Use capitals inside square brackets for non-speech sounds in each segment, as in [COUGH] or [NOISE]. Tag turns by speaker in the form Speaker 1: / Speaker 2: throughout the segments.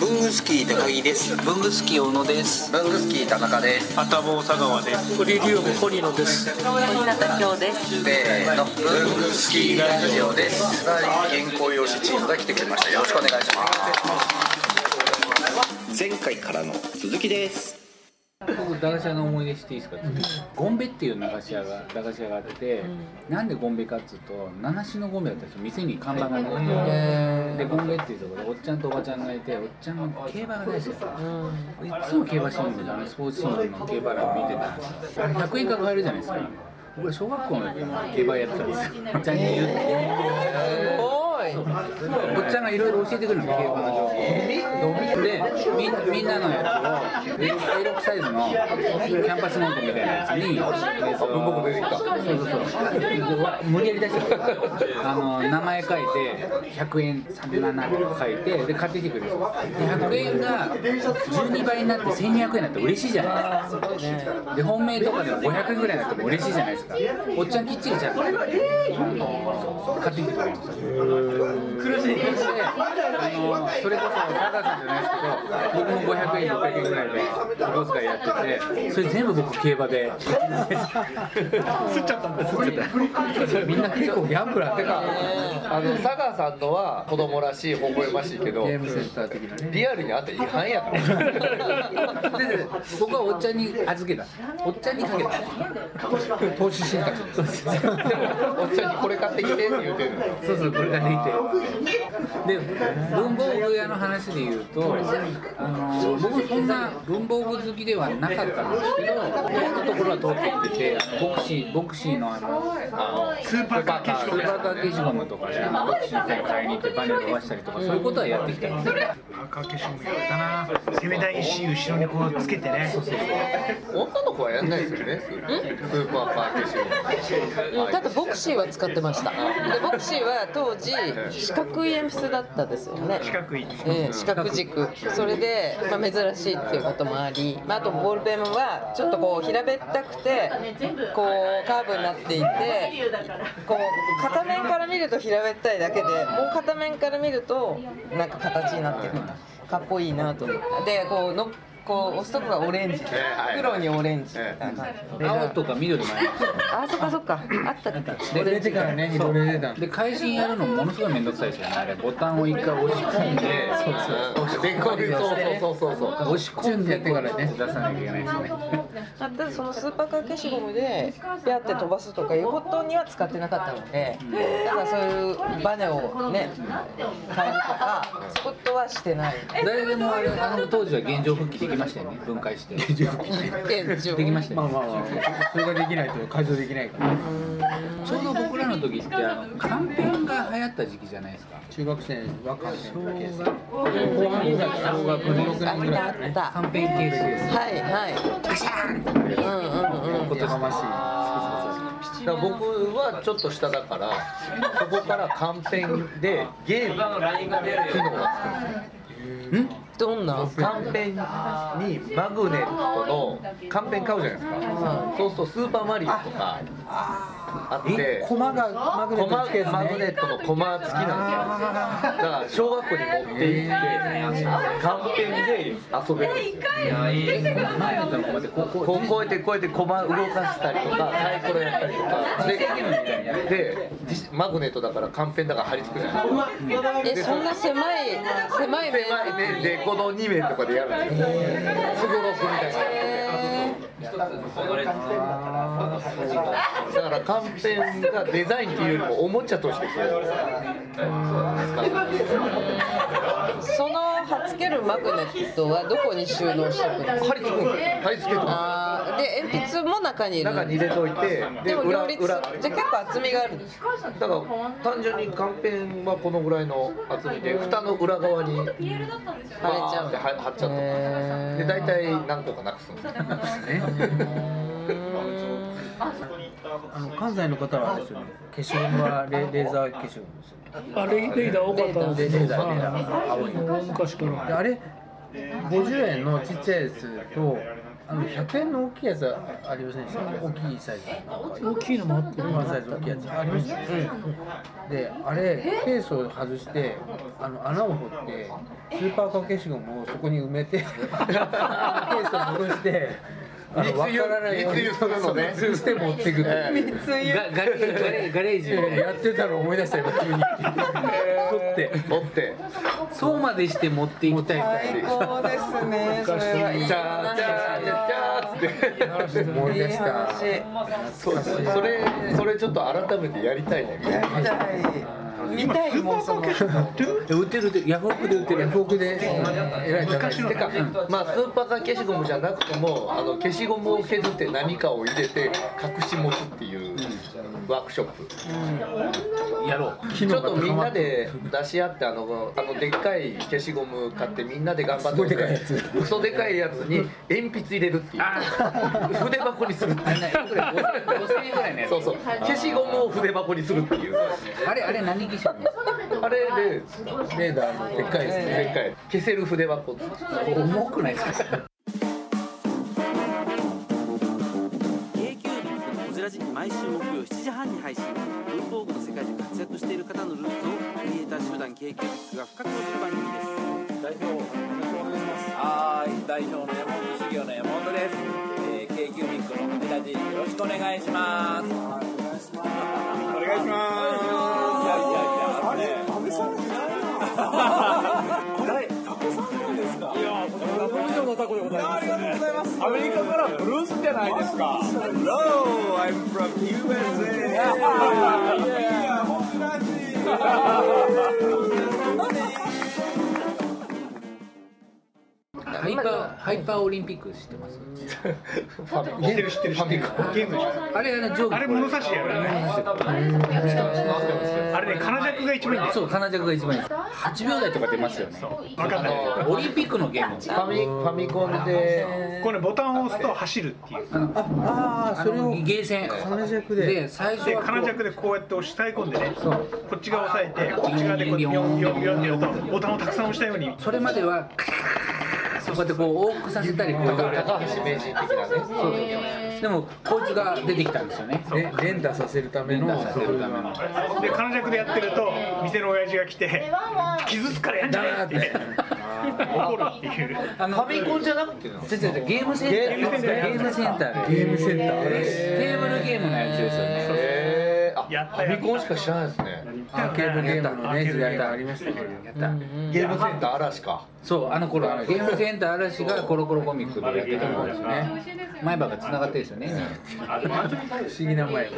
Speaker 1: 文具スキー高木です
Speaker 2: 文具スキー小野です
Speaker 3: 文具スキー田中です
Speaker 4: 頭佐川です
Speaker 5: トリリウム堀野です
Speaker 6: 小日向京です
Speaker 3: せーの文具スキーラジオですはい原稿用紙チームが来てくれましたよろしくお願いします前回からの続きです
Speaker 7: 僕駄菓子屋の思い出していいですか、ゴンベっていう駄菓子屋が駄菓子屋があって、なんでゴンベかっつうと七種のゴンベだったんですよ店に看板がなくて、でゴンベっていうところでおっちゃんとおばちゃんがいておっちゃんが競馬が大好きだったいつも競馬新聞であのスポーツ新聞の競馬欄見てたんですよあれ100円から買えるじゃないですか僕は小学校の時も競馬やってたんですよおっちゃんに言うおっちゃんがいろいろ教えてくるんですよ競馬の情報でみみんなのやつを A6 サイズのキャンパスノートみたいなやつに僕出てきたそうそうそうでわ無理やり出してくるあの名前書いて100円37とか書いてで買ってきてくれるんですよで100円が12倍になって1200円になったら嬉しいじゃないですかで本命とかでも500円ぐらいになっても嬉しいじゃないですかおっちゃんきっちりじゃん買ってきてくれるんですよで、あのそれこそ佐川さんじゃないですけど、僕も500円600円ぐらいでお小遣いやってて、それ全部僕競馬で。すっちゃったんです。すっちゃった。
Speaker 5: みんな結構ギャンブラーてかあの佐川さんのは子供らしい微笑ましいけど
Speaker 7: ゲームセンター的なね。
Speaker 5: リアルにあったら違反やから
Speaker 3: [LAUGHS]
Speaker 7: で、僕はおっちゃんに預けた。おっちゃんにかけた。
Speaker 5: 投資信託ですでもおっちゃんにこれ買ってきてって言うてるのよ
Speaker 7: そうそうこれができてで文房具屋の話で言うとあの僕そんな文房具好きではなかったんですけど通るところは通ってきててあのボクシーボクシーのあの
Speaker 4: スーパーカー消し
Speaker 7: ス
Speaker 4: ゴム
Speaker 7: ーパーカー消しゴムとかねあのボクシー店買いに行ってバネ伸ばしたりとかそういうことはやってきたんですよ
Speaker 4: パーカー消しゴムやったな攻めたい石後ろにこうつけてね
Speaker 5: 女の子はやんないですよねスーパーパーケーション
Speaker 8: ただボクシーは使ってましたでボクシーは当時四角い鉛筆だったですよね
Speaker 4: 四角い
Speaker 8: ええ四角軸それで、まあ、珍しいっていうこともあり、まあ、あとボールペンはちょっとこう平べったくてこうカーブになっていてこう片面から見ると平べったいだけでもう片面から見るとなんか形になってるかっこいいなと思ってでこうのこう押すとこがオレンジ黒にオレンジみたいな感じ
Speaker 7: 青とか緑もありますよ
Speaker 8: あそっかそっかあったっけ
Speaker 7: で
Speaker 8: 出
Speaker 7: てからね
Speaker 8: いろ
Speaker 7: いろ出たで会心やるのものすごい面倒くさいですよねあれボタンを一回押し込んで
Speaker 5: でこれそうそうそうそうそう
Speaker 7: 押し込んでやってからね出さなきゃいけないですね
Speaker 8: あただそのスーパーカー消しゴムでピャって飛ばすとかいうことには使ってなかったので、だからそういうバネをね変えるとかそういうことはしてない
Speaker 7: 誰でもあれあの当時は現状復帰できましたよね分解してできましたよ、ね
Speaker 9: まあまあ、それができないと解除できないから
Speaker 7: ちょうど僕らの時ってあのカンペンが流行った時期じゃないですか
Speaker 9: 中学生は関係ない
Speaker 7: 小学校後半ぐらい小学5 6
Speaker 8: あ
Speaker 7: 年ぐ
Speaker 8: みんなあ
Speaker 7: らい
Speaker 8: った
Speaker 7: カ
Speaker 8: は
Speaker 7: ンペンケースです
Speaker 8: いはいガシャーンってうんうんうん
Speaker 7: 今年
Speaker 9: やましい
Speaker 5: だから僕はちょっと下だからそこからカンペンでゲームの機能がつくんですよ
Speaker 8: どんな
Speaker 5: カンペンにマグネットのカンペン買うじゃないですか、そうするとスーパーマリオとかあって
Speaker 9: コマがマグネ
Speaker 5: コ
Speaker 9: ット
Speaker 5: マ
Speaker 9: つけ
Speaker 5: マグネ
Speaker 9: ね
Speaker 5: ットのコマ付きなんですよだから小学校に持って行ってカンペンで遊べるんですよ
Speaker 7: 前のとこまで高校
Speaker 5: こうこうやってこうやってコマ動かしたりとかサイコロやったりとかででじマグネットだからカンペンだから貼り付くじゃないですか
Speaker 8: えそんな狭い狭い面
Speaker 5: 狭い面でこの2面とかでやるんですよすごろくみたいな
Speaker 8: え
Speaker 5: だからカンペンがデザインっていうよりもおもちゃとしてこう
Speaker 8: ーそのはつけるマグネットはどこに収納しておくんです
Speaker 5: 貼
Speaker 8: か
Speaker 5: り付くんですよ貼り付けとか
Speaker 8: あーで鉛筆も中にいる
Speaker 5: 中に入れといてで
Speaker 8: でも
Speaker 5: 裏
Speaker 8: 両立じ
Speaker 5: 裏
Speaker 8: ゃあ結構厚みがある [LAUGHS]
Speaker 5: だから単純にカンペンはこのぐらいの厚みで蓋の裏側に貼れち
Speaker 8: 貼れちゃう
Speaker 5: 貼っちゃうと
Speaker 8: へ
Speaker 5: で
Speaker 8: ー
Speaker 5: 大体何個かなくすんですよ
Speaker 9: あの関西の方はあれですよね消しゴムはレレーザー消しゴムですよね
Speaker 10: あレイレイダー多かったんです
Speaker 9: レ
Speaker 10: けど
Speaker 9: ーザーレーザ
Speaker 10: さ
Speaker 9: ー青い
Speaker 10: 昔から
Speaker 9: であれ50円のちっちゃいやつとあの100円の大きいやつありませんでした大きいサイズ
Speaker 10: 大きいのもあって
Speaker 9: ワンサイズ大きいやつありましたねであれケースを外してあの穴を掘ってスーパーかけしゴムをそこに埋めて [LAUGHS] ケースを戻してあの
Speaker 3: 密輸
Speaker 9: 分からないように
Speaker 3: 密輸するのね
Speaker 9: そうそうして持っていくっていう
Speaker 3: え
Speaker 5: ガガレージガレーガレージ
Speaker 9: えーやってたの思い出した今急に掘って
Speaker 3: 持って
Speaker 5: そうまでして持っていきたい
Speaker 8: 最高ですね。それはいい
Speaker 3: チャー
Speaker 8: 話
Speaker 3: チャーチャーチャーっつって
Speaker 9: 思い
Speaker 8: いい
Speaker 9: 出した
Speaker 8: 話。見
Speaker 3: そうですねそれそれちょっと改めてやりたいね
Speaker 8: たい。見たいもんその。
Speaker 5: 売ってる売ってるヤフオクで売ってる
Speaker 9: ヤフオクでえらい高いです
Speaker 5: てか、まあスーパーが消しゴムじゃなくてもあの消しゴムを削って何かを入れて隠し持つっていうワークショップ
Speaker 9: やろう
Speaker 5: ちょっとみんなで出し合ってあのあのでっかい消しゴム買ってみんなで頑張って
Speaker 9: すごいでかいやつ
Speaker 5: クソでかいやつに鉛筆入れるっていう筆箱にするっていう
Speaker 7: 5000円ぐらいのやつ
Speaker 5: そうそう消しゴムを筆箱にするっていう
Speaker 7: あれあれ何儀式なんですか
Speaker 5: あれで
Speaker 9: レーダーのでっかいですね
Speaker 5: でっかい消せる筆箱
Speaker 7: 重くないですか
Speaker 1: k q b のこじらじ毎週木曜7時半に配信文房具の世界で活躍している方のルーツをクリエイター集団 k q b が深く落る番組です代表お願いしますはい代表の山本修行の山本です、えー、k q b のこじらじよろしくお願いしますお願いしますお願いしますいやいやいやあれ安倍さんじゃないなタコさんなんですかいやタコ以上のタコでございますありがとうございますアメリカからブルースじゃないですか Hello, I'm from USA. yeah.
Speaker 7: ハイパーハイパーオリンピック知ってます
Speaker 4: 知ってる知ってる知ってるゲームでしょ
Speaker 7: あれあの上下
Speaker 4: あれ物差しやるよねあれね金尺が一番いいんだよ
Speaker 7: そう金弱が一番いいです8秒台とか出ますよね
Speaker 4: 分かんない
Speaker 7: あのオリンピックのゲーム
Speaker 5: ファミファミコンで
Speaker 4: これねボタンを押すと走るっていう
Speaker 9: ああ
Speaker 7: あ
Speaker 9: それ
Speaker 7: の
Speaker 9: を
Speaker 7: ゲーセン
Speaker 9: 金弱で
Speaker 7: で最初
Speaker 4: で
Speaker 7: はこう
Speaker 4: 金尺でこうやって押しえ込んでねこっち側押さえてこっち側でこうビョンビョンビョンってやるとボタンをたくさん押したように
Speaker 7: それまではこうやってこう往復させたりこう
Speaker 5: 高橋名人的なね
Speaker 7: でもこいつが出てきたんですよね
Speaker 9: ね連打させるための
Speaker 7: させるための
Speaker 4: で金尺でやってると店の親父が来て傷つくからやんじゃねえって言って怒るっていう
Speaker 7: あのファミコンじゃなくて違う違う違うゲームセンター
Speaker 4: ゲームセンター
Speaker 7: ゲームセンター
Speaker 9: ゲ
Speaker 7: で
Speaker 9: ームセンターです
Speaker 7: テーブルゲームのやつですよね
Speaker 5: えー、あ
Speaker 4: やった
Speaker 5: ファミコンしか知らないですね
Speaker 9: アーケードゲームのね時代がありましたか
Speaker 7: や
Speaker 9: ら
Speaker 7: った
Speaker 5: ゲームセンター嵐か
Speaker 7: そうあの頃あのゲームセンター嵐がコロコロコミックでやってたんですよね前歯がつながってるんですよね
Speaker 9: 不思議な前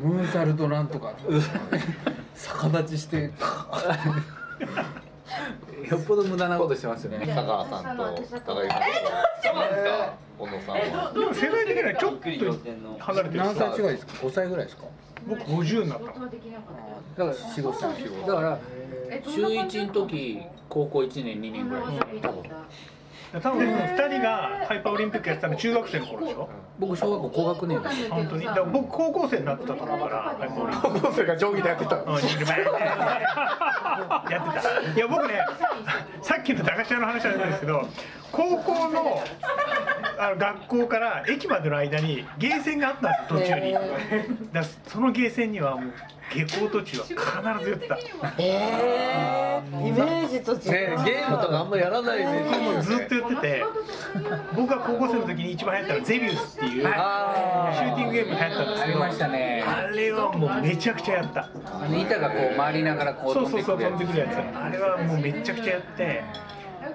Speaker 9: ムーンサルトなんとか逆立ちして
Speaker 7: よっぽど無駄なことしてますよね
Speaker 3: 佐川さんと高木さんと小野さんは
Speaker 4: でも世代的にはちょっと離れてる
Speaker 9: 何歳違いですか5歳ぐらいですか
Speaker 4: 僕50になったの
Speaker 7: だから四五歳だから中一の時高校一年二年ぐらいです多分
Speaker 4: 多分2人がハイパーオリンピックやってたの中学生の頃でしょ
Speaker 7: 僕小学校高学年です
Speaker 4: 本当にだから僕高校生になってたと思うからハイパーオリンピッ
Speaker 3: 高
Speaker 4: ク
Speaker 3: 校生が定規でやってた
Speaker 4: うんやってたいや僕ねさっきの駄菓子屋の話なんですけど高校のあの学校から駅までの間にゲーセンがあったんですよ途中にだからそのゲーセンにはもう下校途中は必ず寄ってた
Speaker 8: えー、イメージと違
Speaker 5: ね
Speaker 8: う。
Speaker 5: ゲームとかあんまやらない
Speaker 4: も
Speaker 5: ね
Speaker 4: うずっと寄ってて僕が高校生の時に一番流行ったのはゼビウスっていうシュ
Speaker 5: あ
Speaker 4: ーティングゲームが流行ったんです
Speaker 7: あ
Speaker 4: け
Speaker 7: り
Speaker 4: ど
Speaker 7: ましたね
Speaker 4: あれはもうめちゃくちゃやった
Speaker 7: あの板がこう回りながらこう
Speaker 4: そ
Speaker 7: 飛
Speaker 4: うんそ
Speaker 7: で
Speaker 4: う
Speaker 7: い
Speaker 4: そう
Speaker 7: く
Speaker 4: 飛
Speaker 7: やつ
Speaker 4: んでくるやつあれはもうめちゃくちゃやって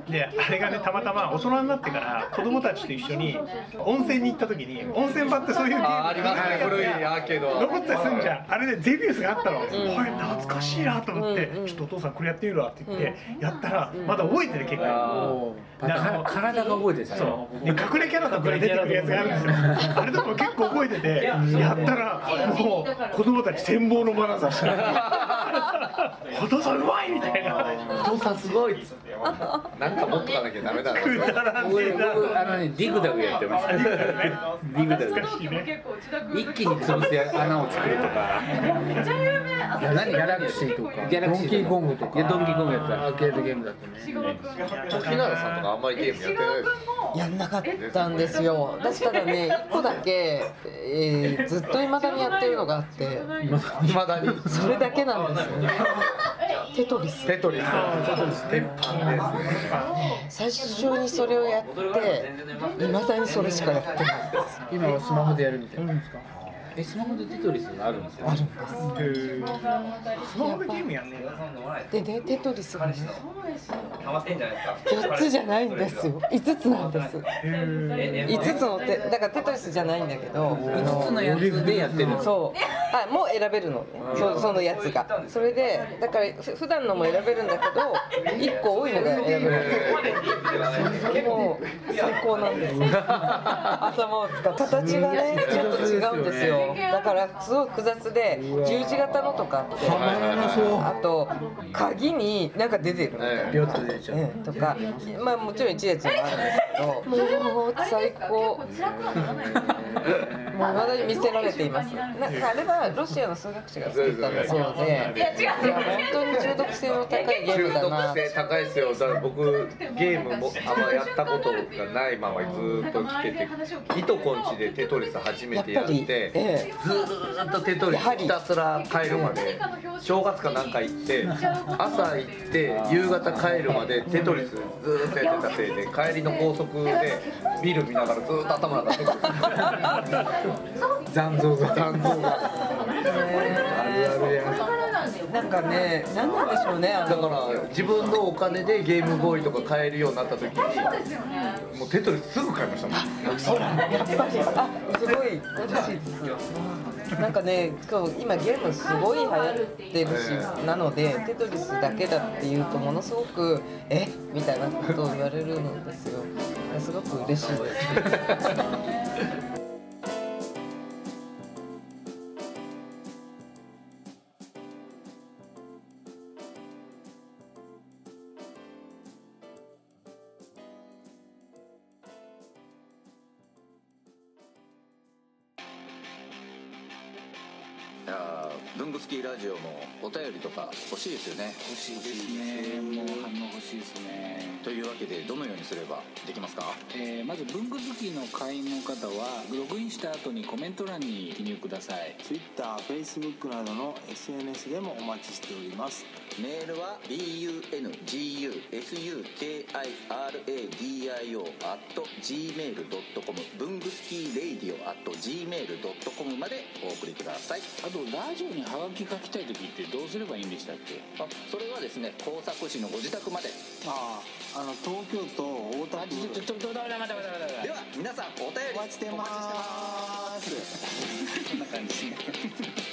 Speaker 4: であれがねたまたま大人になってから子供たちと一緒に温泉に行った時に温泉場ってそういうゲーム
Speaker 5: あありますね古いアーケードは
Speaker 4: 残ってたりするんじゃんあれでゼビウスがあったの、これ懐かしいなと思って、ちょっとお父さんこれやってみるわって言って、やったらまだ覚えてる結構
Speaker 7: だから体が覚えてたね
Speaker 4: そうで隠れキャラとかで出てくるやつがあるんですよあれとかも結構覚えててやったらもう子供たち羨望の眼差しで [LAUGHS] お父さんうまいみたいな
Speaker 5: お父さんすごいっつってなんか持っとかなきゃダメだな
Speaker 4: くだらね
Speaker 7: 僕
Speaker 4: えな
Speaker 7: 僕あのねディグダグやってました
Speaker 4: 懐かしいね
Speaker 7: 一気に潰すや穴を作るとか
Speaker 9: いや何ギャラクシーとか
Speaker 7: ギャラクシーとか
Speaker 9: ドンキーコングとか
Speaker 7: いやドンキーコングやった
Speaker 9: アーケードゲームだったね
Speaker 5: 日向さんとかあんまりゲームやってないです
Speaker 8: やんなかったんですよだしたらね1個だけ、えーずっと未だにやってるのがあって
Speaker 5: いまだに
Speaker 8: それだけなんですよテトリス
Speaker 5: テトリス鉄板ですね
Speaker 8: 最初にそれをやって未だにそれしかやってないです
Speaker 9: 今はスマホでやるみたいなんですか
Speaker 7: えスマホでテトリスがあるんですよ
Speaker 8: あるんです
Speaker 4: スマホでゲームやんねえな
Speaker 8: でね、テトリスがね。4つじゃないんですよ。5つなんです。5つのて、だからテトリスじゃないんだけど、
Speaker 7: 5つのやつでやってるの
Speaker 8: そう、あ、もう選べるのね。そう、そのやつが。それで、だからふ普段のも選べるんだけど、1個多いのが選べる。もう最高なんですよ。頭を使う形がね、ちょっと違うんですよ。だからすごい複雑で、十字型のとかあって。
Speaker 5: はいはいはい
Speaker 8: あと鍵に何か出てるみたいな
Speaker 9: ビョッと出ちゃう
Speaker 8: うんとか、まあもちろん一列もあるんですけど、もう最高。もう未だに見せられています。なんかあれはロシアの数学者が作ったんだそうで、いや本当に中毒性の高いゲー
Speaker 5: 中
Speaker 8: ムだな
Speaker 5: 毒。性高いですよだから僕ゲームもあんまやったことがないままずーっと来てていとこんちでテトリス初めてやって
Speaker 8: やっぱりええ
Speaker 5: ずーっとテトリスひたすら帰るまで正月かなんか行って朝行って夕方帰るまでテトリスずーっとやってたせいで帰りの高速でビール見ながらずーっと頭が出てくる残像が残像があるあるやん
Speaker 8: なんかね、何なんでしょうね。あ
Speaker 5: だ
Speaker 8: の
Speaker 5: から自分のお金でゲームボーイとか買えるようになった時にもうテトリスすぐ買いましたもん
Speaker 8: やっぱりあすごい嬉しいです。なんかね、今日今ゲームすごい流行ってるし、なのでテトリスだけだっていうとものすごくえみたいなことを言われるのですよ。すごく嬉しいです。
Speaker 3: いやー文具好きラジオもお便りとか欲しいですよね
Speaker 7: 欲しいですねもう反応欲しいですね
Speaker 3: というわけでどのようにすればできますか
Speaker 7: えーまず文具好きの会員の方はログインした後にコメント欄に記入ください
Speaker 1: TwitterFacebook などの SNS でもお待ちしております
Speaker 3: メールは bungusuktiradio gmail.com 文具スキーレイディオ gmail.com までお送りください
Speaker 7: あとラジオにハガキ書きたい時ってどうすればいいんでしたっけ
Speaker 3: あそれはですね工作士のご自宅まで
Speaker 1: あああの東京都大
Speaker 7: あ
Speaker 1: 田
Speaker 7: ちょ
Speaker 1: 区
Speaker 7: ちょちょちょダメダメダメダメダメ
Speaker 3: では皆さんお便り
Speaker 1: お待ちしてま
Speaker 3: お待ちしてます
Speaker 1: す
Speaker 7: こんな感じ